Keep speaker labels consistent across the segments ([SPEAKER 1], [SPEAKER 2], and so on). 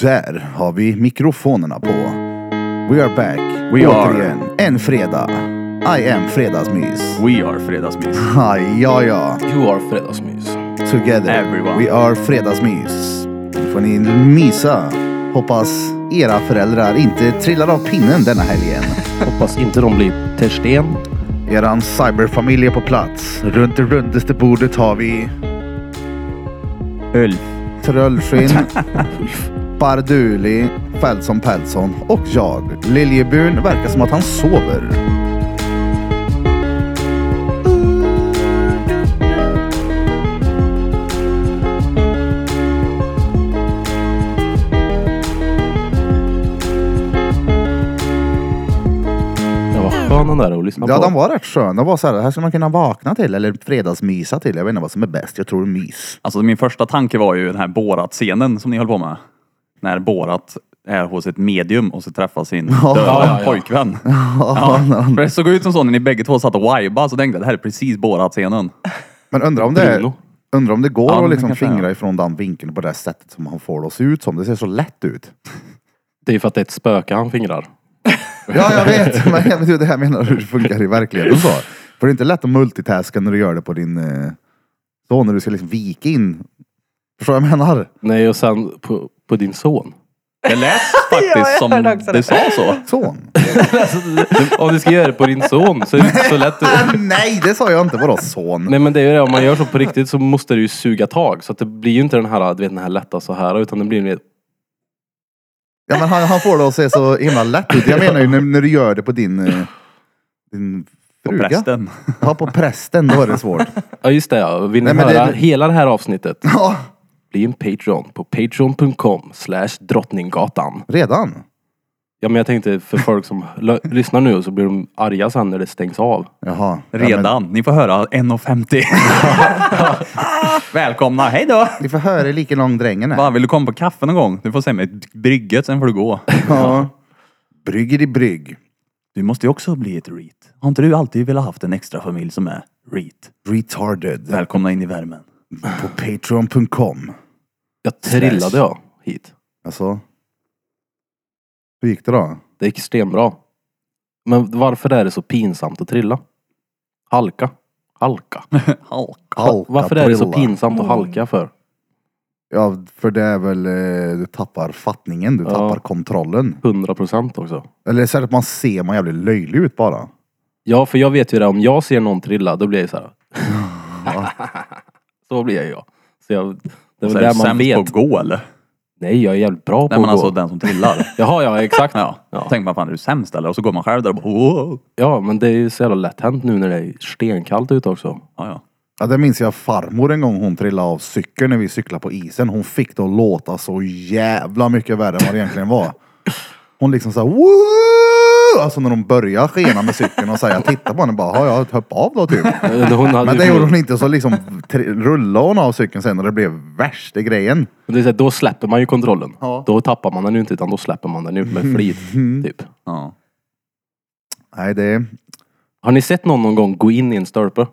[SPEAKER 1] Där har vi mikrofonerna på. We are back.
[SPEAKER 2] We are.
[SPEAKER 1] Återigen, en fredag. I am fredagsmys.
[SPEAKER 2] We are fredagsmys.
[SPEAKER 1] Ha, ja, ja.
[SPEAKER 3] You are fredagsmys.
[SPEAKER 1] Together.
[SPEAKER 2] Everyone.
[SPEAKER 1] We are fredagsmys. Nu får ni mysa. Hoppas era föräldrar inte trillar av pinnen denna helgen.
[SPEAKER 3] Hoppas inte de blir Tersten.
[SPEAKER 1] Eran cyberfamilj är på plats. Runt det rundaste bordet har vi
[SPEAKER 2] Ulf.
[SPEAKER 1] Tröllskinn, Barduli, Felson Pelson och jag. Liljebun verkar som att han sover.
[SPEAKER 3] Jag var skön den där att lyssna
[SPEAKER 1] Ja,
[SPEAKER 3] på.
[SPEAKER 1] den var rätt skön. Den var så här, det här skulle man kunna vakna till eller fredagsmysa till. Jag vet inte vad som är bäst. Jag tror mys.
[SPEAKER 2] Alltså min första tanke var ju den här Borat-scenen som ni höll på med. När Borat är hos ett medium och så träffar sin döda
[SPEAKER 3] ja, ja.
[SPEAKER 2] pojkvän. Ja, för det såg ut som så när ni bägge två satt och vibade så tänkte jag det här är precis Borat-scenen.
[SPEAKER 1] Men undrar om det, är,
[SPEAKER 3] Bruno.
[SPEAKER 1] undrar om det går
[SPEAKER 2] Ja, men
[SPEAKER 1] att
[SPEAKER 2] det
[SPEAKER 1] liksom
[SPEAKER 2] kanske är.
[SPEAKER 1] fingra ifrån den vinkeln på det här sättet som han får det att se ut som. Det ser så lätt ut.
[SPEAKER 3] Det är för att det är ett spöke han fingrar.
[SPEAKER 1] Ja, jag vet. Men jag vet ju det här menar hur det funkar i verkligheten. Så. För det är inte lätt att multitaska när du gör det på din... eh, Så, när du ska liksom vika in. Förstår du vad jag menar?
[SPEAKER 3] Nej, och sen på, på din son.
[SPEAKER 2] Det lät faktiskt
[SPEAKER 4] jag
[SPEAKER 2] som
[SPEAKER 4] hörde också
[SPEAKER 2] du
[SPEAKER 4] det.
[SPEAKER 2] sa så.
[SPEAKER 1] Son.
[SPEAKER 3] Alltså, du- om du ska göra det på din son så är det inte så lätt. att-
[SPEAKER 1] Ah, nej, det sa jag inte. Vadå son?
[SPEAKER 3] Nej men det är ju det, om man gör så på riktigt så måste det ju suga tag. Så att det blir ju inte den här, du vet, den här lätta så här utan det blir en...
[SPEAKER 1] Ja, men han, han får det att se så himla lätt ut. Jag menar ju när, när du gör det på din... eh, din
[SPEAKER 2] På
[SPEAKER 1] fruga.
[SPEAKER 2] prästen.
[SPEAKER 1] Ja, på prästen. Då är det svårt.
[SPEAKER 3] Ja just det ja. Vill ni
[SPEAKER 1] Nej, men det-
[SPEAKER 3] höra hela det här avsnittet?
[SPEAKER 1] Ja,
[SPEAKER 3] Bli en Patreon på patreon.com slash drottninggatan.
[SPEAKER 1] redan?
[SPEAKER 3] Ja men jag tänkte för folk som lö- lyssnar nu så blir de arga sen när det stängs av.
[SPEAKER 1] Jaha. Ja, men,
[SPEAKER 2] Redan. Ni får höra 1.50. Välkomna, hej då!
[SPEAKER 1] ni får höra hur lika lång drängen är.
[SPEAKER 2] Bara, vill du komma på kaffe någon gång? Du får säga mig ett brygget, sen får du gå.
[SPEAKER 1] Ja. Brygger i brygg.
[SPEAKER 2] Du måste ju också bli ett REIT. Har inte du alltid velat haft en extra familj som är REIT?
[SPEAKER 1] Retarded.
[SPEAKER 2] Välkomna in i värmen.
[SPEAKER 1] På patreon.com.
[SPEAKER 3] Jag trillade jag hit.
[SPEAKER 1] Alltså. Hur gick det då?
[SPEAKER 3] Det gick stenbra. Men varför är det så pinsamt att trilla? Halka. Halka.
[SPEAKER 2] Halka.
[SPEAKER 1] Halka,
[SPEAKER 3] Varför är det så
[SPEAKER 1] trilla.
[SPEAKER 3] pinsamt att halka för?
[SPEAKER 1] Ja, för det är väl... eh, Du tappar fattningen. Du
[SPEAKER 3] Ja.
[SPEAKER 1] tappar kontrollen.
[SPEAKER 3] 100% också.
[SPEAKER 1] Eller så är det att man ser man jävligt löjlig ut bara.
[SPEAKER 3] Ja, för jag vet ju det. Om jag ser någon trilla, då blir jag ju så här. så blir jag ju. Så jag, det är
[SPEAKER 2] Så
[SPEAKER 3] väl
[SPEAKER 2] är du
[SPEAKER 3] det man
[SPEAKER 2] sämst
[SPEAKER 3] vet.
[SPEAKER 2] på att gå eller?
[SPEAKER 3] Nej, jag är jävligt bra
[SPEAKER 2] Nej
[SPEAKER 3] på
[SPEAKER 2] men
[SPEAKER 3] att
[SPEAKER 2] alltså
[SPEAKER 3] gå.
[SPEAKER 2] den som trillar.
[SPEAKER 3] Jaha, ja exakt.
[SPEAKER 2] Ja.
[SPEAKER 3] Ja.
[SPEAKER 2] Tänk man fan är du sämst eller? Och så går man själv där och bara "Wow."
[SPEAKER 3] ja, men det är ju så jävla lätt hänt nu när det är stenkallt ute också.
[SPEAKER 2] ja, ja.
[SPEAKER 1] Ja, det minns jag farmor en gång hon trillade av cykeln när vi cyklade på isen. Hon fick det att låta så jävla mycket värre än vad det egentligen var. Hon liksom såhär Woo! Alltså när de börjar skena med cykeln och säga titta på henne bara, har jag hoppat av då typ?
[SPEAKER 3] Eh, Hon hade
[SPEAKER 1] Men
[SPEAKER 3] ju-
[SPEAKER 1] det gjorde hon inte så liksom tri- rullade hon av cykeln sen och det blev värsta grejen.
[SPEAKER 3] Men det är så här, då släpper man ju kontrollen.
[SPEAKER 1] Ja.
[SPEAKER 3] Då tappar man den ju inte, utan då släpper man den ju med flit. typ.
[SPEAKER 2] ja.
[SPEAKER 1] Nej det,
[SPEAKER 3] Har ni sett någon någon gång gå in i en stolpe?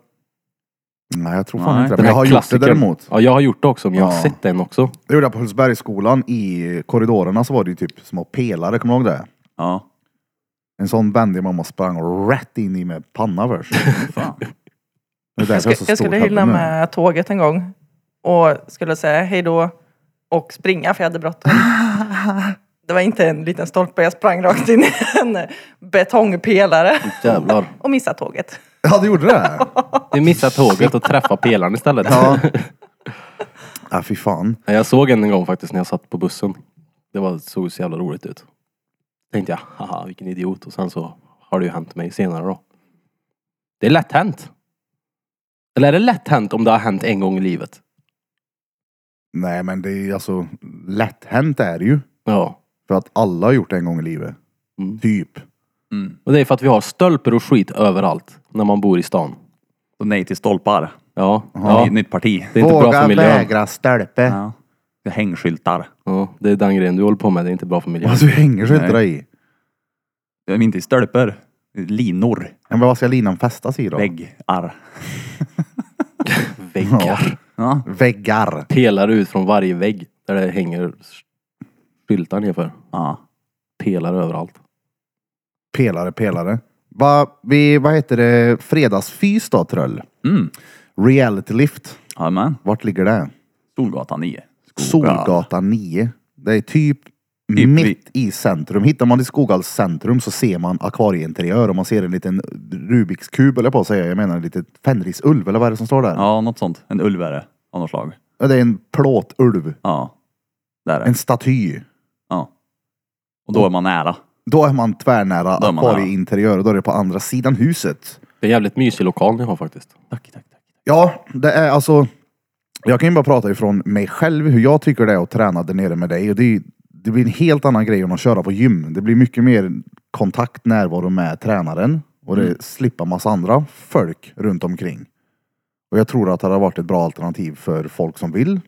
[SPEAKER 1] nej jag tror fan
[SPEAKER 2] Nej,
[SPEAKER 1] inte det.
[SPEAKER 3] Den
[SPEAKER 1] Men jag
[SPEAKER 3] här
[SPEAKER 1] har gjort det
[SPEAKER 3] klassikern.
[SPEAKER 1] däremot.
[SPEAKER 3] Ja, jag har gjort det också, men jag har
[SPEAKER 1] Ja.
[SPEAKER 3] sett den också.
[SPEAKER 1] Det gjorde jag på Hultsbergsskolan i korridorerna så var det ju typ små pelare, kommer du ihåg det?
[SPEAKER 2] ja.
[SPEAKER 1] En sån vände mamma sprang rätt in i med panna först.
[SPEAKER 2] Fan.
[SPEAKER 1] Det är därför
[SPEAKER 4] Jag,
[SPEAKER 1] har
[SPEAKER 4] ska,
[SPEAKER 1] så
[SPEAKER 4] jag
[SPEAKER 1] stor
[SPEAKER 4] skulle
[SPEAKER 1] tabbe
[SPEAKER 4] hylla
[SPEAKER 1] nu.
[SPEAKER 4] med tåget en gång och skulle säga hej då och springa för jag hade bråttom. Det var inte en liten stolpe, jag sprang rakt in i en betongpelare
[SPEAKER 3] Jävlar.
[SPEAKER 4] och missade tåget.
[SPEAKER 1] Ja, du gjorde det?
[SPEAKER 3] Ni missar tåget och träffar pelaren istället.
[SPEAKER 1] Ja. Ja, fy fan.
[SPEAKER 3] Nej, Jag såg en en gång faktiskt när jag satt på bussen. Det var, såg så jävla roligt ut. Tänkte jag, haha vilken idiot. Och sen så har det ju hänt mig senare då. Det är lätt hänt. Eller är det lätt hänt om det har hänt en gång i livet?
[SPEAKER 1] Nej, men det är ju alltså lätt hänt är det ju.
[SPEAKER 3] Ja.
[SPEAKER 1] För att alla har gjort det en gång i livet.
[SPEAKER 3] Mm.
[SPEAKER 1] Typ.
[SPEAKER 2] Mm.
[SPEAKER 3] Och det är för att vi har stölper och skit överallt när man bor i stan.
[SPEAKER 2] Så nej till stolpar.
[SPEAKER 3] Ja.
[SPEAKER 2] Ja.
[SPEAKER 3] ja.
[SPEAKER 2] Nytt parti.
[SPEAKER 3] Det är inte bra för miljön.
[SPEAKER 1] stölpe.
[SPEAKER 2] Ja. Det är Hängskyltar.
[SPEAKER 3] Ja, det är den grejen du håller på med. Det är inte bra för miljön.
[SPEAKER 1] Alltså, du hänger sig inte där i.
[SPEAKER 2] Det är Inte i stolpar. Det är Linor.
[SPEAKER 1] Ja, Men vad ska linan fästas i då?
[SPEAKER 2] Väggar.
[SPEAKER 3] Väggar.
[SPEAKER 2] Ja.
[SPEAKER 1] Väggar.
[SPEAKER 3] Pelare ut från varje vägg där det hänger Spiltar nerför.
[SPEAKER 2] Ja.
[SPEAKER 3] Pelar överallt.
[SPEAKER 1] Pelare, pelare. Va, vi, vad heter det? Fredagsfys då, Tröll?
[SPEAKER 2] Mm.
[SPEAKER 1] Reality Lift.
[SPEAKER 2] Jajamän.
[SPEAKER 1] Vart ligger det?
[SPEAKER 2] Solgatan 9.
[SPEAKER 1] Solgatan 9. Det är typ
[SPEAKER 2] Typ
[SPEAKER 1] mitt i centrum. Hittar man i Skoghall centrum så ser man akvarieinteriör och man ser en liten Rubiks kub, eller på att säga. Jag menar en liten fenrisulv, eller vad är det som står där?
[SPEAKER 2] Ja, något sånt. En ulvare av något slag.
[SPEAKER 1] Ja, Det är en plåtulv.
[SPEAKER 2] Ja. Där är
[SPEAKER 1] En
[SPEAKER 2] det.
[SPEAKER 1] staty.
[SPEAKER 2] Ja. Och då är man nära.
[SPEAKER 1] Då är man tvärnära
[SPEAKER 2] Då är man nära.
[SPEAKER 1] akvarieinteriör och då är det på andra sidan huset.
[SPEAKER 3] Det är en jävligt mysig lokal ni har faktiskt.
[SPEAKER 2] Tack, tack, tack.
[SPEAKER 1] Ja, det är alltså... Jag kan ju bara prata ifrån mig själv hur jag tycker det är att träna där nere med dig. Och det, är, ju- det blir en helt annan grej än att köra på gym. Det blir mycket mer kontakt, närvaro med tränaren. Och det slipper massa andra folk runt omkring. Och jag tror att det har varit ett bra alternativ för folk som vill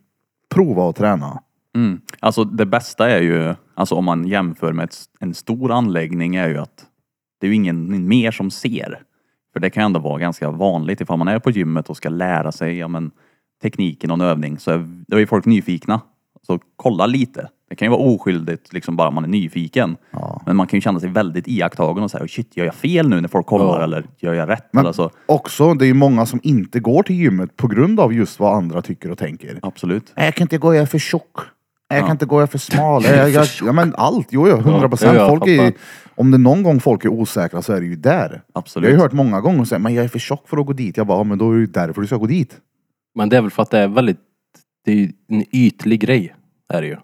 [SPEAKER 1] prova att träna.
[SPEAKER 2] Mm. Alltså det bästa är ju, alltså om man jämför med ett, en stor anläggning är ju att det är ju ingen mer som ser. För det kan ju ändå vara ganska vanligt ifall man är på gymmet och ska lära sig ja, men, tekniken och en övning så är, då är ju folk nyfikna. Så kolla lite. Det kan ju vara oskyldigt liksom bara man är nyfiken. Men man kan ju känna sig väldigt iakttagen och säga shit gör jag fel nu när folk kollar
[SPEAKER 3] Ja.
[SPEAKER 2] eller gör jag rätt? Alltså,
[SPEAKER 1] Men
[SPEAKER 2] Eller så.
[SPEAKER 1] också, det är ju många som inte går till gymmet på grund av just vad andra tycker och tänker.
[SPEAKER 2] Absolut.
[SPEAKER 1] Nej, Jag kan inte gå, jag är för tjock. Nej, Jag kan inte gå, jag är för smal. Jag, jag, jag, ja, men allt, jo, jo, hundra
[SPEAKER 3] Ja,
[SPEAKER 1] procent.
[SPEAKER 3] ja, jag
[SPEAKER 1] Folk är,
[SPEAKER 3] fattar.
[SPEAKER 1] om det är någon gång folk är osäkra så är det ju där. Jag har
[SPEAKER 2] Absolut.
[SPEAKER 1] ju hört många gånger säga, men jag är för tjock för att gå dit. Jag bara, ja, men då är det ju därför du ska gå dit.
[SPEAKER 3] Men det är väl för att det är väldigt... Det är ju en ytlig grej. Är det ju.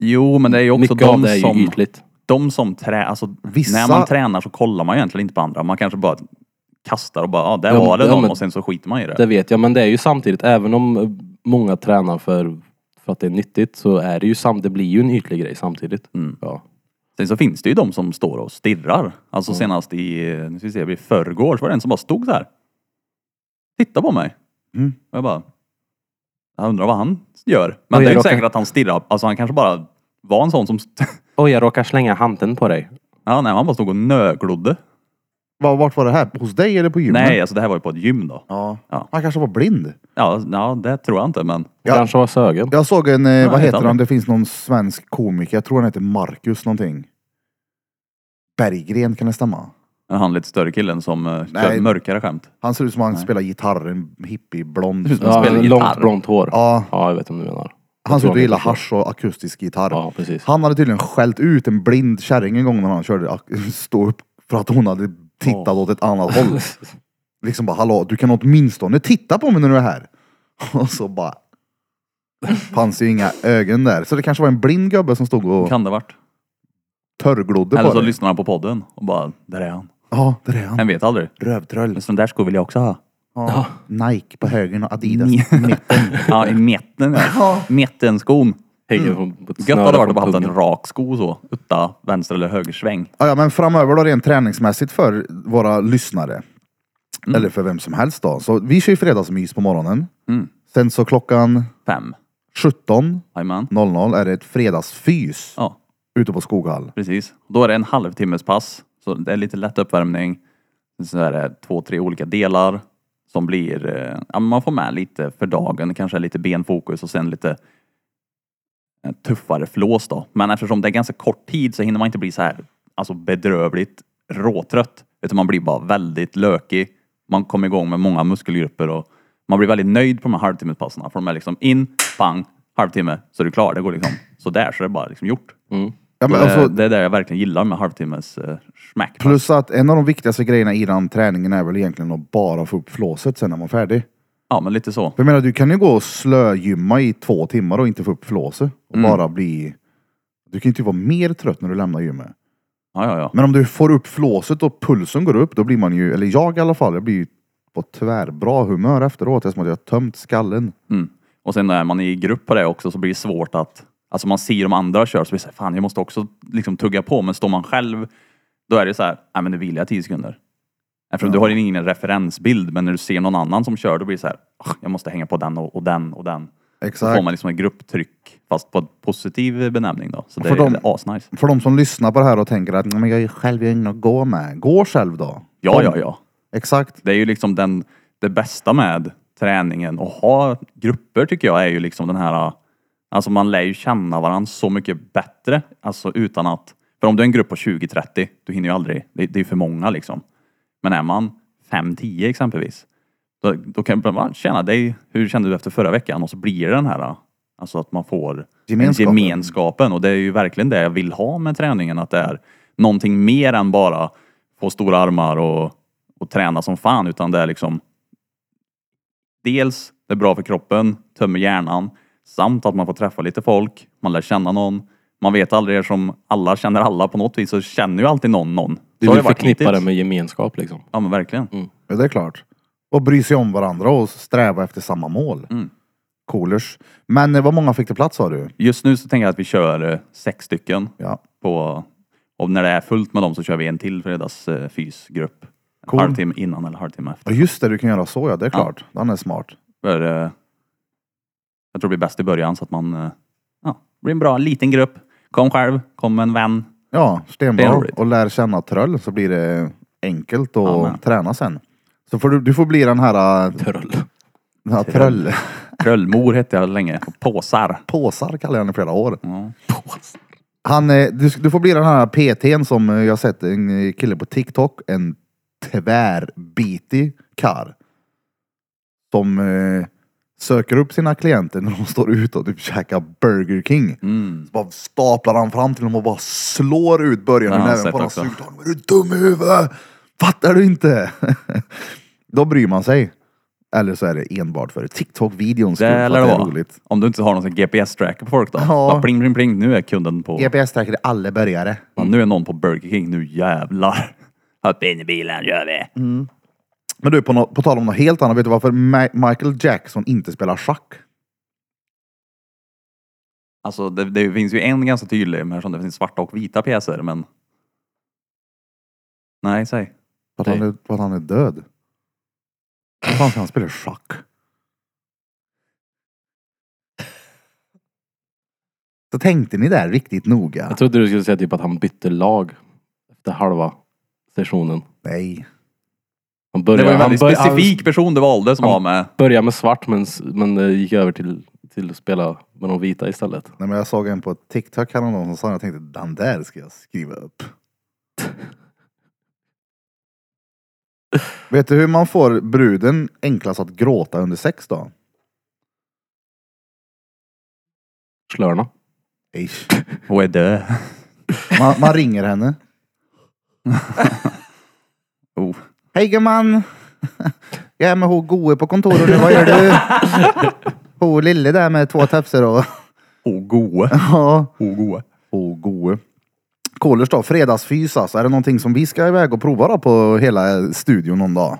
[SPEAKER 2] Jo men det är ju också
[SPEAKER 3] Mycket av
[SPEAKER 2] de
[SPEAKER 3] det är ju
[SPEAKER 2] som
[SPEAKER 3] ytligt.
[SPEAKER 2] de som trä, alltså,
[SPEAKER 1] Vissa-
[SPEAKER 2] när man tränar så kollar man ju egentligen inte på andra. Man kanske bara kastar och bara, ja där
[SPEAKER 3] Ja,
[SPEAKER 2] var det
[SPEAKER 3] ja,
[SPEAKER 2] någon
[SPEAKER 3] men-
[SPEAKER 2] och sen så skiter man i det.
[SPEAKER 3] Det vet jag, men det är ju samtidigt, även om eh, många tränar för, för att det är nyttigt så är det ju sam, det blir ju en ytlig grej samtidigt.
[SPEAKER 2] Mm.
[SPEAKER 3] Ja.
[SPEAKER 2] Sen så finns det ju de som står och stirrar. Alltså senast i, eh, nu ska vi se, i förrgår så var det en som bara stod där. Titta på mig.
[SPEAKER 1] Mm.
[SPEAKER 2] Och jag bara, jag undrar vad han gör. Men
[SPEAKER 3] Oj,
[SPEAKER 2] det är ju
[SPEAKER 3] jag råkar-
[SPEAKER 2] säkert att han stirrar, alltså han kanske bara var en sån som, st-
[SPEAKER 3] Oj, jag råkar slänga handen på dig.
[SPEAKER 2] ja nej han bara stod och nöglodde.
[SPEAKER 1] Var, vart var det här? Hos dig eller på gymmet?
[SPEAKER 2] Nej alltså det här var ju på ett gym då.
[SPEAKER 1] Ja.
[SPEAKER 2] Ja.
[SPEAKER 1] Han kanske var blind.
[SPEAKER 2] Ja, ja det tror jag inte men
[SPEAKER 1] Ja.
[SPEAKER 3] Kanske var sögen.
[SPEAKER 1] Jag såg en, eh, vad
[SPEAKER 2] helt
[SPEAKER 1] heter han?
[SPEAKER 2] annorlunda.
[SPEAKER 1] Det finns någon svensk komiker. Jag tror han heter Marcus någonting. Berggren, kan det stämma?
[SPEAKER 2] han lite större killen som eh,
[SPEAKER 1] Nej.
[SPEAKER 2] kör mörkare skämt.
[SPEAKER 1] Han ser ut som han spelar gitarr, en hippie, blond.
[SPEAKER 2] som han
[SPEAKER 3] Ja,
[SPEAKER 2] spelar gitarr.
[SPEAKER 3] långt blont hår. Ja.
[SPEAKER 1] Ja,
[SPEAKER 3] jag vet om du menar.
[SPEAKER 1] han ser ut
[SPEAKER 3] tror
[SPEAKER 1] att gilla
[SPEAKER 3] han heter så.
[SPEAKER 1] hasch och akustisk gitarr.
[SPEAKER 3] Ja, precis.
[SPEAKER 1] Han hade tydligen skällt ut en blind kärring en gång när han körde ak- stå upp för att hon hade tittat åt ett annat håll. Liksom bara, hallå, du kan åtminstone titta på mig när du är här. Och så bara... Fanns ju inga ögon där. Så det kanske var en blind gubbe som stod och
[SPEAKER 2] Kan det varit.
[SPEAKER 1] törrglodde
[SPEAKER 2] Eller
[SPEAKER 1] på
[SPEAKER 2] så
[SPEAKER 1] dig.
[SPEAKER 2] lyssnar han på podden och bara, där är han.
[SPEAKER 1] Ja, där är han.
[SPEAKER 2] Han vet aldrig.
[SPEAKER 1] Rövtröll.
[SPEAKER 2] En sån Alltså, där sko vill jag också ha.
[SPEAKER 1] Ja. Nike på högern och Adidas
[SPEAKER 2] Ni-
[SPEAKER 1] i mitten.
[SPEAKER 2] Ja, i mitten ja. Mittenskon.
[SPEAKER 3] Hänger från, på ett
[SPEAKER 2] Mm. Gött
[SPEAKER 3] snöre
[SPEAKER 2] hade varit
[SPEAKER 3] från
[SPEAKER 2] att bara haft en
[SPEAKER 3] pungen.
[SPEAKER 2] rak sko så. Utta vänster eller högersväng.
[SPEAKER 1] Ja, ja, men framöver då rent träningsmässigt för våra lyssnare. Eller för vem som helst då. Så vi kör ju fredagsmys på morgonen.
[SPEAKER 2] Mm.
[SPEAKER 1] Sen så klockan
[SPEAKER 2] Fem.
[SPEAKER 1] 17
[SPEAKER 2] Jajamän.
[SPEAKER 1] 00 är det ett fredagsfys
[SPEAKER 2] Ja,
[SPEAKER 1] ute på Skoghall.
[SPEAKER 2] precis. Då är det en halvtimmes pass. Så det är lite lätt uppvärmning. Sen Så är det två, tre olika delar. Som blir, eh, ja, men man får med lite för dagen. Kanske lite benfokus och sen lite eh, tuffare flås då. Men eftersom det är ganska kort tid så hinner man inte bli så här alltså bedrövligt råtrött. Utan man blir bara väldigt lökig. Man kommer igång med många muskelgrupper och man blir väldigt nöjd på de här halvtimmespasserna. För de är liksom in, pang, halvtimme, så är du klar. Det går liksom sådär så är det bara liksom gjort.
[SPEAKER 1] Ja, men
[SPEAKER 2] Det-
[SPEAKER 1] alltså,
[SPEAKER 2] Eh, det är det jag verkligen gillar med halvtimmes eh, smack.
[SPEAKER 1] plus att en av de viktigaste grejerna i den träningen är väl egentligen att bara få upp flåset sen när man är färdig.
[SPEAKER 2] Ja, men lite så.
[SPEAKER 1] För jag menar, du kan ju gå och slögymma i två timmar och inte få upp flåset. Och
[SPEAKER 2] Mm.
[SPEAKER 1] bara bli... Du kan ju inte vara mer trött när du lämnar gymmet.
[SPEAKER 2] Ja, ja, ja.
[SPEAKER 1] Men om du får upp flåset och pulsen går upp, då blir man ju, eller jag i alla fall, jag blir ju på tvärbra humör efteråt. Det är som att jag har tömt skallen.
[SPEAKER 2] Mm. Och sen när man är i grupp på det också så blir det svårt att... Alltså man ser de andra köra så blir det så här, fan jag måste också liksom tugga på. Men står man själv, då är det så här, nej men nu vill jag tio sekunder. Eftersom du har ju ingen referensbild, men när du ser någon annan som kör, då blir det så här, "Ah, jag måste hänga på den och, och den och den. Då
[SPEAKER 1] Exakt.
[SPEAKER 2] får man liksom ett grupptryck, fast på en positiv benämning då. Så det,
[SPEAKER 1] För
[SPEAKER 2] är-
[SPEAKER 1] dem-
[SPEAKER 2] det är asnice.
[SPEAKER 1] För de som lyssnar på det här och tänker att "Nej, men jag är själv, jag har ingen att gå med. Gå själv då.
[SPEAKER 2] Ja, ja, ja.
[SPEAKER 1] Exakt.
[SPEAKER 2] Det är ju liksom den, det bästa med träningen och ha grupper tycker jag är ju liksom den här Alltså man lär ju känna varandra så mycket bättre. Alltså utan att... För om du är en grupp på 20-30, du hinner ju aldrig... Det, det är för många liksom. Men är man 5-10 exempelvis, då, då kan man bara, tjena dig, hur kände du efter förra veckan? Och så blir det den här, alltså att man får
[SPEAKER 1] Gemenskapen.
[SPEAKER 2] gemenskapen. Och det är ju verkligen det jag vill ha med träningen, att det är någonting mer än bara få stora armar och, och träna som fan, utan det är liksom dels det är bra för kroppen, tömmer hjärnan, samt att man får träffa lite folk, man lär känna någon. Man vet aldrig eftersom alla känner alla på något vis så känner ju alltid någon någon.
[SPEAKER 3] Du
[SPEAKER 2] Så har det
[SPEAKER 3] vill
[SPEAKER 2] varit
[SPEAKER 3] förknippa
[SPEAKER 2] hittills.
[SPEAKER 3] det med gemenskap liksom.
[SPEAKER 2] Ja men verkligen.
[SPEAKER 1] Ja, det är klart. Och bry sig om varandra och sträva efter samma mål. Mm. Coolers. Men eh, vad många fick det plats sa du?
[SPEAKER 2] Just nu så tänker jag att vi kör eh, sex stycken.
[SPEAKER 1] Ja.
[SPEAKER 2] På, och när det är fullt med dem så kör vi en till fredags eh, fysgrupp.
[SPEAKER 1] Cool.
[SPEAKER 2] En halvtimme innan eller halvtimme efter.
[SPEAKER 1] Ja just det, du kan göra så ja, det är klart. Den är smart.
[SPEAKER 2] För, eh, jag tror det blir bäst i början så att man eh, ja, blir en bra liten grupp. Kom själv, kom med en vän.
[SPEAKER 1] Ja,
[SPEAKER 2] Det är
[SPEAKER 1] stenbra.
[SPEAKER 2] roligt.
[SPEAKER 1] Och lär känna tröll så blir det enkelt att
[SPEAKER 2] Amen.
[SPEAKER 1] träna sen. Så får du, du får bli den här, äh,
[SPEAKER 3] Törl.
[SPEAKER 1] den här tröll...
[SPEAKER 2] Tröllmor hette jag länge. Och påsar.
[SPEAKER 1] Påsar kallar jag henne i flera år. Han, eh, du, du får bli den här PTn som eh, jag sett en eh, kille på TikTok, en tvärbitig karl. Som eh, söker upp sina klienter när de står ute och typ käkar Burger King.
[SPEAKER 2] Mm.
[SPEAKER 1] Så bara staplar han fram till dem och bara slår ut början
[SPEAKER 2] Det har
[SPEAKER 1] i
[SPEAKER 2] han
[SPEAKER 1] näven
[SPEAKER 2] sett
[SPEAKER 1] på dem.
[SPEAKER 2] också.
[SPEAKER 1] Sugdagen. Är du dum i huvudet? Fattar du inte? Då bryr man sig. Eller så är det enbart för TikTok-videons skull.
[SPEAKER 2] Det
[SPEAKER 1] för att
[SPEAKER 2] lär det
[SPEAKER 1] det är
[SPEAKER 2] vara.
[SPEAKER 1] roligt.
[SPEAKER 2] Om du inte har någon sån GPS-tracker på folk då.
[SPEAKER 1] Ja.
[SPEAKER 2] Bara pling, pling, pling. Nu är kunden på...
[SPEAKER 1] GPS-tracker i alla börjare.
[SPEAKER 2] Ja, nu är någon på Burger King. Nu jävlar. Hoppa in i bilen, gör vi.
[SPEAKER 1] Mm. Men du, på, nå- på tal om något helt annat. Vet du varför Ma- Michael Jackson inte spelar schack?
[SPEAKER 2] Alltså det, det finns ju en ganska tydlig, men eftersom det finns svarta och vita pjäser, men... Nej, säg.
[SPEAKER 1] För att, han är, för att han är död. Hur fan ska han spela schack? Så tänkte ni där riktigt noga?
[SPEAKER 3] Jag trodde du skulle säga typ att han bytte lag efter halva sessionen.
[SPEAKER 1] Nej.
[SPEAKER 3] Han
[SPEAKER 2] Det
[SPEAKER 3] började,
[SPEAKER 2] var ju en
[SPEAKER 3] han
[SPEAKER 2] väldigt
[SPEAKER 3] började,
[SPEAKER 2] specifik person du valde som
[SPEAKER 3] Han-
[SPEAKER 2] var med.
[SPEAKER 3] han började med svart men, s- men eh, gick över till, till att spela med de vita istället.
[SPEAKER 1] Nej, men jag såg en på TikTok häromdagen som sa jag tänkte den där ska jag skriva upp. Vet du hur man får bruden enklast att gråta under sex då?
[SPEAKER 3] Slörna.
[SPEAKER 1] Ish.
[SPEAKER 2] Och är död.
[SPEAKER 1] Man, man ringer henne.
[SPEAKER 2] Oh.
[SPEAKER 1] Hej gumman! Jag är med hon goe på kontoret nu, vad gör du? Hon lille där med två tafsar och...
[SPEAKER 2] Och goe.
[SPEAKER 1] Ja.
[SPEAKER 2] Och goe.
[SPEAKER 1] Och goe. Kolers då, fredagsfys alltså. Är det någonting som vi ska iväg och prova då på hela studion någon dag?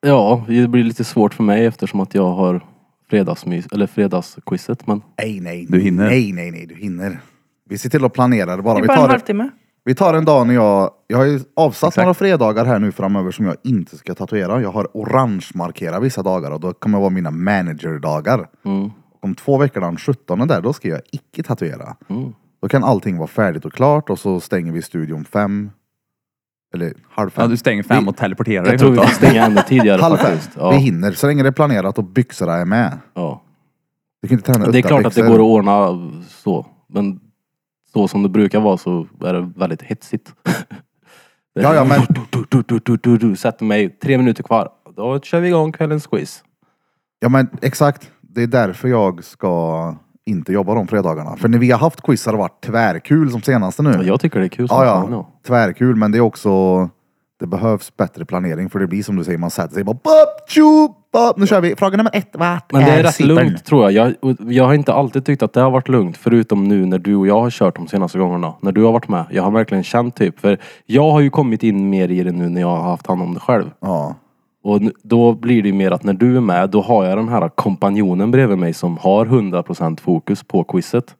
[SPEAKER 3] Ja, det blir lite svårt för mig eftersom att jag har fredagsmys, eller fredagsquizet men
[SPEAKER 1] Nej, nej.
[SPEAKER 2] Du hinner.
[SPEAKER 1] Nej, nej, nej, du hinner. Vi ser till att planera det bara.
[SPEAKER 4] Det är
[SPEAKER 1] Vi
[SPEAKER 4] bara Typ en
[SPEAKER 1] tar, det-
[SPEAKER 4] halvtimme.
[SPEAKER 1] vi tar en dag när jag... Jag har ju avsatt
[SPEAKER 2] Exakt.
[SPEAKER 1] några fredagar här nu framöver som jag inte ska tatuera. Jag har orange markerat vissa dagar och då kommer det vara mina managerdagar.
[SPEAKER 3] mm,
[SPEAKER 1] Om två veckor den 17 där, då ska jag icke tatuera.
[SPEAKER 3] mm.
[SPEAKER 1] Då kan allting vara färdigt och klart och så stänger vi studion fem. Eller halv fem.
[SPEAKER 2] Ja, du stänger fem och teleporterar dig.
[SPEAKER 3] jag tror vi
[SPEAKER 2] runt
[SPEAKER 3] får
[SPEAKER 2] då.
[SPEAKER 3] stänga ännu tidigare
[SPEAKER 1] Halv fem.
[SPEAKER 3] faktiskt. Ja,
[SPEAKER 1] Vi hinner, så länge det är planerat och byxorna är med.
[SPEAKER 3] ja.
[SPEAKER 1] Du kan inte träna
[SPEAKER 3] Det är
[SPEAKER 1] utan
[SPEAKER 3] klart att det
[SPEAKER 1] byxor.
[SPEAKER 3] går att ordna så men så som det brukar vara så är det väldigt hetsigt. Det är
[SPEAKER 1] Ja, ja, men-
[SPEAKER 3] Du, du, du, du, du, du, sätter mig tre minuter kvar. Då kör vi igång kvällens quiz.
[SPEAKER 1] Ja men exakt. Det är därför jag ska inte jobba de fredagarna. För när vi har haft quiz har det varit tvärkul som senaste nu.
[SPEAKER 3] Ja, Jag tycker det är kul som
[SPEAKER 1] Ja,
[SPEAKER 3] fan, ja.
[SPEAKER 1] ja. Tvärkul men det är också... Det behövs bättre planering för det blir som du säger, man sätter sig bara bop, tjup, bop. Nu kör vi. Fråga nummer ett. Vart
[SPEAKER 3] Men det är rätt
[SPEAKER 1] Cypern?
[SPEAKER 3] lugnt tror jag. jag. och Jag har inte alltid tyckt att det har varit lugnt. Förutom nu när du och jag har kört de senaste gångerna. När du har varit med. Jag har verkligen känt typ. För jag har ju kommit in mer i det nu när jag har haft hand om det själv.
[SPEAKER 1] Ja.
[SPEAKER 3] Och nu- då blir det ju mer att när du är med, då har jag den här kompanjonen bredvid mig som har 100% fokus på quizet.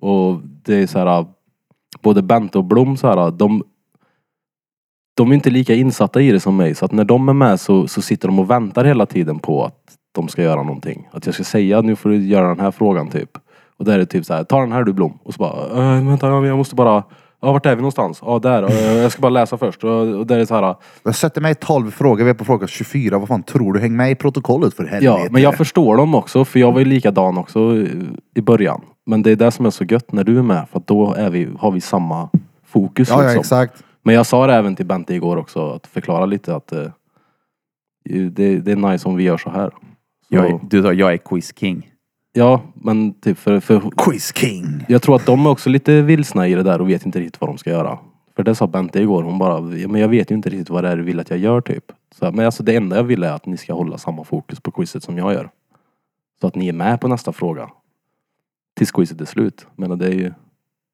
[SPEAKER 3] Och det är så här, både Bente och Blom så här, de, de är inte lika insatta i det som mig. Så att när de är med så, så sitter de och väntar hela tiden på att de ska göra någonting. Att jag ska säga, nu får du göra den här frågan typ. Och där är det typ så här, ta den här du Blom. Och så bara, äh, vänta jag måste bara, Ja, vart är vi någonstans? Ja, där. Ja, Jag ska bara läsa först. Och och där är det så här.
[SPEAKER 1] Jag sätter mig i 12 frågor, vi är på fråga 24. Vad fan tror du? Häng med i protokollet för helvete.
[SPEAKER 3] Ja, men jag förstår dem också. För jag var ju likadan också i- i början. Men det är det som är så gött när du är med. För att då är vi, har vi samma fokus.
[SPEAKER 1] Ja, ja
[SPEAKER 3] liksom.
[SPEAKER 1] exakt.
[SPEAKER 3] Men jag sa det även till Bente igår också, att förklara lite att eh, ju, det, det är nice om vi gör så här. Så,
[SPEAKER 2] Jag är, du sa jag är quiz king.
[SPEAKER 3] Ja, men typ för, för
[SPEAKER 1] Quiz King.
[SPEAKER 3] jag tror att de är också lite vilsna i det där och vet inte riktigt vad de ska göra. För det sa Bente igår, hon bara, "Ja, men jag vet ju inte riktigt vad det är du vill att jag gör typ. Så, här, men alltså det enda jag vill är att ni ska hålla samma fokus på quizet som jag gör. Så att ni är med på nästa fråga. Tills quizet är slut. Men det är ju,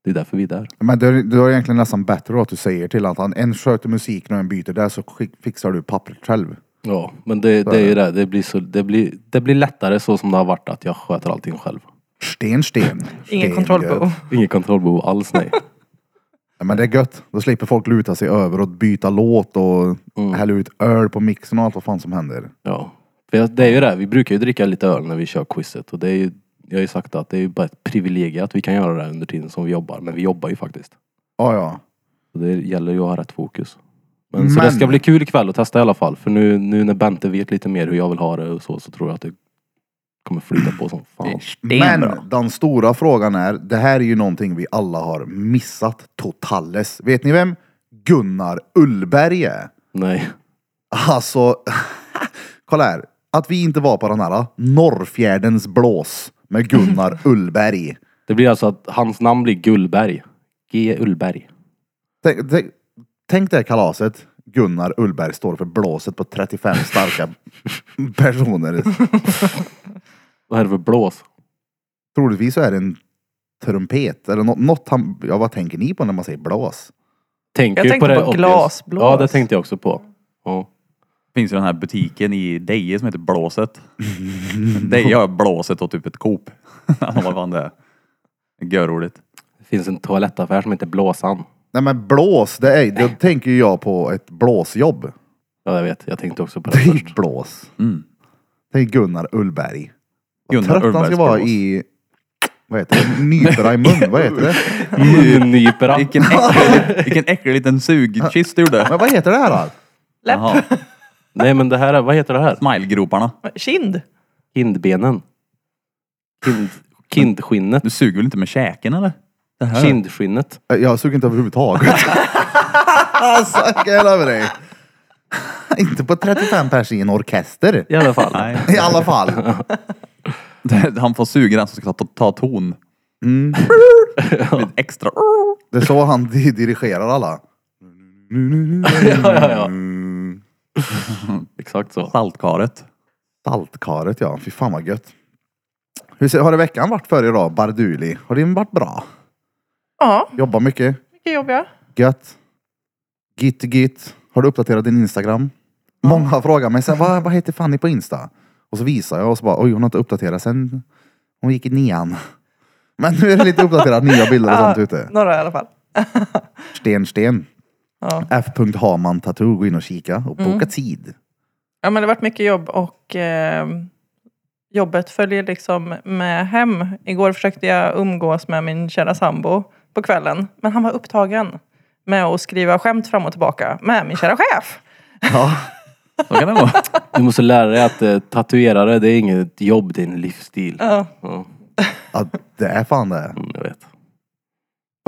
[SPEAKER 3] det är därför vi är där.
[SPEAKER 1] Men du, du har egentligen nästan bättre att du säger till att han en sköter musiken och en byter där så skick- fixar du pappret själv.
[SPEAKER 3] Ja, men det, det är ju det. Det blir, så, det, blir, det blir lättare så som det har varit att jag sköter allting själv.
[SPEAKER 1] Sten, sten.
[SPEAKER 4] Ingen
[SPEAKER 1] sten,
[SPEAKER 4] kontrollbehov.
[SPEAKER 1] gött.
[SPEAKER 3] Inget kontrollbehov alls, nej.
[SPEAKER 1] Ja, men det är gött. Då slipper folk luta sig över och byta låt och
[SPEAKER 3] Mm.
[SPEAKER 1] hälla ut öl på mixen och allt vad fan som händer.
[SPEAKER 3] Ja. För jag- det är ju det. Vi brukar ju dricka lite öl när vi kör quizet och det är ju, jag har ju sagt att det är ju bara ett privilegium att vi kan göra det här under tiden som vi jobbar. Men vi jobbar ju faktiskt.
[SPEAKER 1] Ja, ja.
[SPEAKER 3] Så det gäller ju att ha rätt fokus. Men, Så det
[SPEAKER 1] Men-
[SPEAKER 3] ska bli kul ikväll att testa i alla fall. För nu, nu när Bente vet lite mer hur jag vill ha det och så, så tror jag att det kommer flyta på som fan.
[SPEAKER 1] Men
[SPEAKER 2] Stenbra.
[SPEAKER 1] den stora frågan är, det här är ju någonting vi alla har missat totales. Vet ni vem? Gunnar Ullberg är.
[SPEAKER 3] Nej.
[SPEAKER 1] Alltså, kolla här. Att vi inte var på den här Norrfjärdens blås med Gunnar Ullberg.
[SPEAKER 3] Det blir alltså att hans namn blir Gullberg. G. Ullberg.
[SPEAKER 1] Tänk, tänk, tänk det här kalaset. Gunnar Ullberg står för blåset på 35 starka personer.
[SPEAKER 3] Vad är det för blås?
[SPEAKER 1] Troligtvis så är det en trumpet eller något. något han, ja, vad tänker ni på när man säger blås?
[SPEAKER 3] Tänker
[SPEAKER 4] Jag
[SPEAKER 3] ju
[SPEAKER 4] tänkte
[SPEAKER 3] det
[SPEAKER 4] på
[SPEAKER 3] obvious.
[SPEAKER 4] glasblås.
[SPEAKER 3] Ja, det tänkte jag också på. Ja.
[SPEAKER 2] finns ju den här butiken i Deje som heter Blåset. Deje har Blåset och typ ett Coop. Alltså, Vad fan det är. Görroligt.
[SPEAKER 3] Det finns en toalettaffär som heter Blåsan.
[SPEAKER 1] Nej men blås, det är, då tänker ju jag på ett blåsjobb.
[SPEAKER 3] Ja, jag vet. Jag tänkte också på det
[SPEAKER 1] Det är ju
[SPEAKER 3] först.
[SPEAKER 1] blås.
[SPEAKER 2] Mm.
[SPEAKER 1] Tänk Gunnar Ullberg. Vad
[SPEAKER 2] Gunnar
[SPEAKER 1] trött han ska
[SPEAKER 2] Ullbergs
[SPEAKER 1] vara
[SPEAKER 2] blås.
[SPEAKER 1] i, vad heter det, nypra i mun, vad heter det?
[SPEAKER 3] Munnypera.
[SPEAKER 2] Vilken äcklig, vilken äcklig liten sugkist du gjorde.
[SPEAKER 1] Men vad heter det här då?
[SPEAKER 4] Läpp,
[SPEAKER 2] Jaha.
[SPEAKER 3] Nej, men det här är, vad heter det här?
[SPEAKER 2] Smilegroparna.
[SPEAKER 4] kind.
[SPEAKER 3] Kindbenen. Kind, kindskinnet.
[SPEAKER 2] Du suger väl inte med käken eller? Det här.
[SPEAKER 3] Kindskinnet.
[SPEAKER 1] Jag suger inte överhuvudtaget. alltså, jag över dig. Inte på 35 pers i en orkester.
[SPEAKER 3] I alla fall.
[SPEAKER 2] Nej.
[SPEAKER 1] I alla fall.
[SPEAKER 2] Han får suga den som ska ta, ta ton. Lite extra.
[SPEAKER 1] Det är så han di- dirigerar alla.
[SPEAKER 3] ja, ja, ja. Exakt så.
[SPEAKER 2] Saltkaret.
[SPEAKER 1] Saltkaret ja, fy fan vad gött. Hur ser, har det veckan varit för er då, Barduli? Har din varit bra?
[SPEAKER 4] Ja,
[SPEAKER 1] Jobbar mycket?
[SPEAKER 4] mycket jobbiga.
[SPEAKER 1] Gött? Git git. Har du uppdaterat din Instagram? Många frågar mig så här, vad, vad heter Fanny på Insta? Och så visar jag och så bara, oj hon har inte uppdaterat sen hon gick i nian. Men nu är det lite uppdaterat, nya bilder och sånt ute.
[SPEAKER 4] Några i alla fall.
[SPEAKER 1] Sten, sten.
[SPEAKER 4] Ja.
[SPEAKER 1] F. Haman Tattoo, gå in och kika och boka tid.
[SPEAKER 4] Ja, men det har varit mycket jobb och eh, jobbet följer liksom med hem. Igår försökte jag umgås med min kära sambo på kvällen, men han var upptagen med att skriva skämt fram och tillbaka med min kära chef.
[SPEAKER 1] Ja.
[SPEAKER 2] Så kan det vara.
[SPEAKER 3] Du måste lära dig att eh, tatuerare, det är inget jobb, det är en livsstil.
[SPEAKER 4] Ja.
[SPEAKER 3] Ja,
[SPEAKER 1] ja, det är fan det.
[SPEAKER 3] mm, jag vet.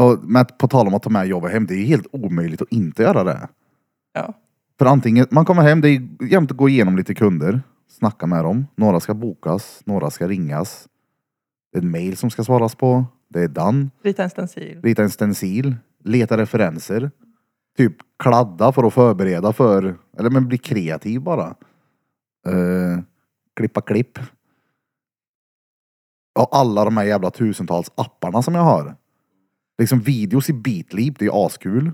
[SPEAKER 1] Och, men på tal om att ta med jobbet hem, det är ju helt omöjligt att inte göra det.
[SPEAKER 4] Ja.
[SPEAKER 1] För antingen, man kommer hem, det är jämt att gå igenom lite kunder, snacka med dem. Några ska bokas, några ska ringas. Det är ett mail som ska svaras på. Det är Dan.
[SPEAKER 4] Rita en stencil.
[SPEAKER 1] Rita en stencil. Leta referenser. Typ kladda för att förbereda för, eller men bli kreativ bara. Eh, klippa klipp. Och alla de här jävla tusentals apparna som jag har. Liksom videos i Beatleap, det är ju askul.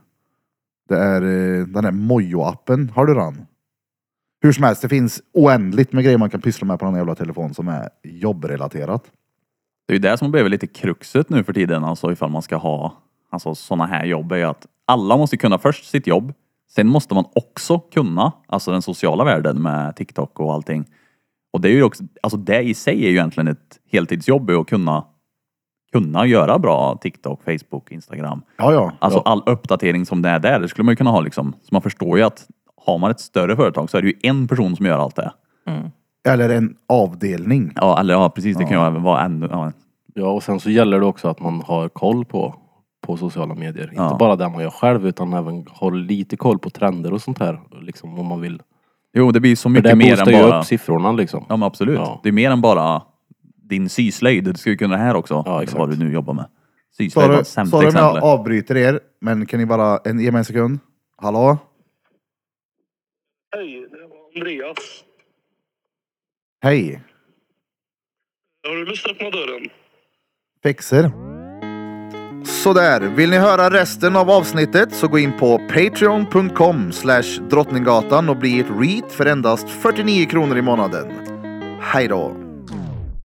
[SPEAKER 1] Det är eh, den här Mojo-appen, har du den? Hur som helst, det finns oändligt med grejer man kan pyssla med på den här jävla telefonen som är jobbrelaterat.
[SPEAKER 2] Det är ju det som behöver lite kruxet nu för tiden, alltså ifall man ska ha alltså, sådana här jobb, är ju att alla måste kunna först sitt jobb, sen måste man också kunna, alltså den sociala världen med TikTok och allting. Och det är ju också, alltså det i sig är ju egentligen ett heltidsjobb att kunna kunna göra bra TikTok, Facebook, Instagram.
[SPEAKER 1] Ja, ja.
[SPEAKER 2] Alltså all uppdatering som det är där, det skulle man ju kunna ha liksom. Så man förstår ju att har man ett större företag så är det ju en person som gör allt det.
[SPEAKER 1] Eller en avdelning.
[SPEAKER 2] Ja, eller ja, precis. Det kan ju även vara ännu... Ja,
[SPEAKER 3] Ja, och sen så gäller det också att man har koll på, på sociala medier.
[SPEAKER 2] Ja.
[SPEAKER 3] Inte bara det man gör själv utan även har lite koll på trender och sånt här. Liksom om man vill.
[SPEAKER 2] Jo, det blir så
[SPEAKER 3] För det
[SPEAKER 2] mycket mer
[SPEAKER 3] boostar
[SPEAKER 2] än
[SPEAKER 3] ju
[SPEAKER 2] bara...
[SPEAKER 3] upp siffrorna liksom.
[SPEAKER 2] Ja, men absolut.
[SPEAKER 3] Ja.
[SPEAKER 2] Det är mer än bara din syslöjd. Du ska ju kunna det här också.
[SPEAKER 3] Ja,
[SPEAKER 2] Ja,
[SPEAKER 3] exakt.
[SPEAKER 2] vad du nu jobbar med. Syslöjd var
[SPEAKER 1] Sorry
[SPEAKER 2] det sämsta
[SPEAKER 1] sorry om jag
[SPEAKER 2] exemplet.
[SPEAKER 1] avbryter er, men kan ni bara en, ge mig en sekund? Hallå?
[SPEAKER 5] Hej, det var Andreas.
[SPEAKER 1] Hej.
[SPEAKER 5] Har du lust att öppna dörren?
[SPEAKER 1] Fixer. Sådär, vill ni höra resten av avsnittet så gå in på patreon.com slash drottninggatan och bli ett reat för endast 49 kronor i månaden. Hej då!